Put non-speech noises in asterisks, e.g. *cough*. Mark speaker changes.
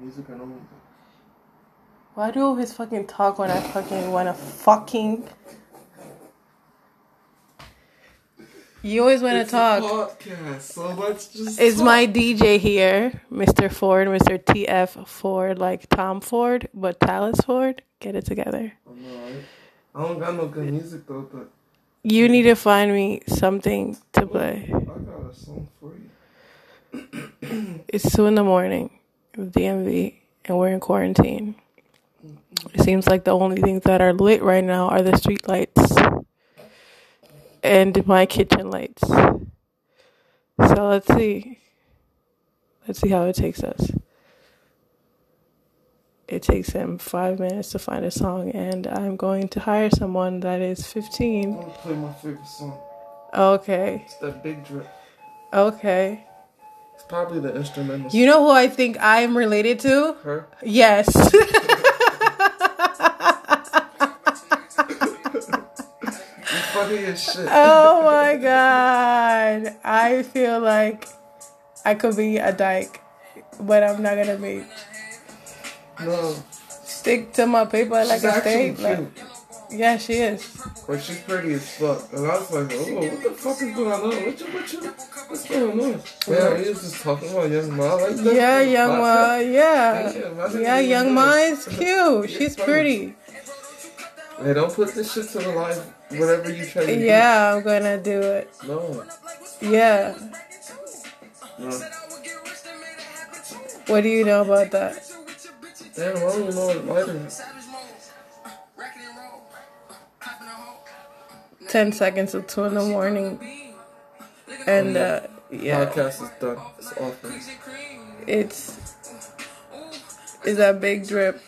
Speaker 1: Music and all.
Speaker 2: Why do you always fucking talk when I fucking wanna fucking? You always wanna
Speaker 1: It's a
Speaker 2: talk.
Speaker 1: podcast, so let's just.
Speaker 2: Is
Speaker 1: talk.
Speaker 2: my DJ here, Mr. Ford, Mr. TF Ford, like Tom Ford, but Talis Ford? Get it together.
Speaker 1: I'm alright. I don't got no good music though, but
Speaker 2: You need to find me something to play.
Speaker 1: I got a song for you.
Speaker 2: It's two in the morning, DMV, and we're in quarantine. It seems like the only things that are lit right now are the street lights and my kitchen lights. So let's see. Let's see how it takes us. It takes him five minutes to find a song, and I'm going to hire someone that is
Speaker 1: I
Speaker 2: 15.
Speaker 1: want to play my favorite song.
Speaker 2: Okay,
Speaker 1: It's that big drip.
Speaker 2: okay.
Speaker 1: It's probably the instrumental.
Speaker 2: You know who I think I'm related to?
Speaker 1: her.
Speaker 2: Yes. *laughs*
Speaker 1: You funny as shit.
Speaker 2: oh my god. I feel like I could be a dyke, but I'm not gonna be.
Speaker 1: no,
Speaker 2: Stick to my paper like
Speaker 1: she's
Speaker 2: a
Speaker 1: actually
Speaker 2: state.
Speaker 1: cute.
Speaker 2: Like, yeah, she is.
Speaker 1: Like she's pretty as fuck. And I was like, oh, what the fuck is going on? What you, what you, what's going on? Yeah, he was just talking about Young Ma. Like that.
Speaker 2: Yeah, young ma. Yeah. Yeah, young ma is cute. She's pretty.
Speaker 1: Hey, don't put this shit to the life. Whatever you try to do.
Speaker 2: Yeah, I'm gonna do it.
Speaker 1: No.
Speaker 2: Yeah.
Speaker 1: No.
Speaker 2: What do you know about that?
Speaker 1: Damn, I don't even know what light is.
Speaker 2: Ten seconds to two in the morning. And uh,
Speaker 1: Oh,
Speaker 2: yeah,
Speaker 1: Podcast is done. It's awful.
Speaker 2: it's is that big drip.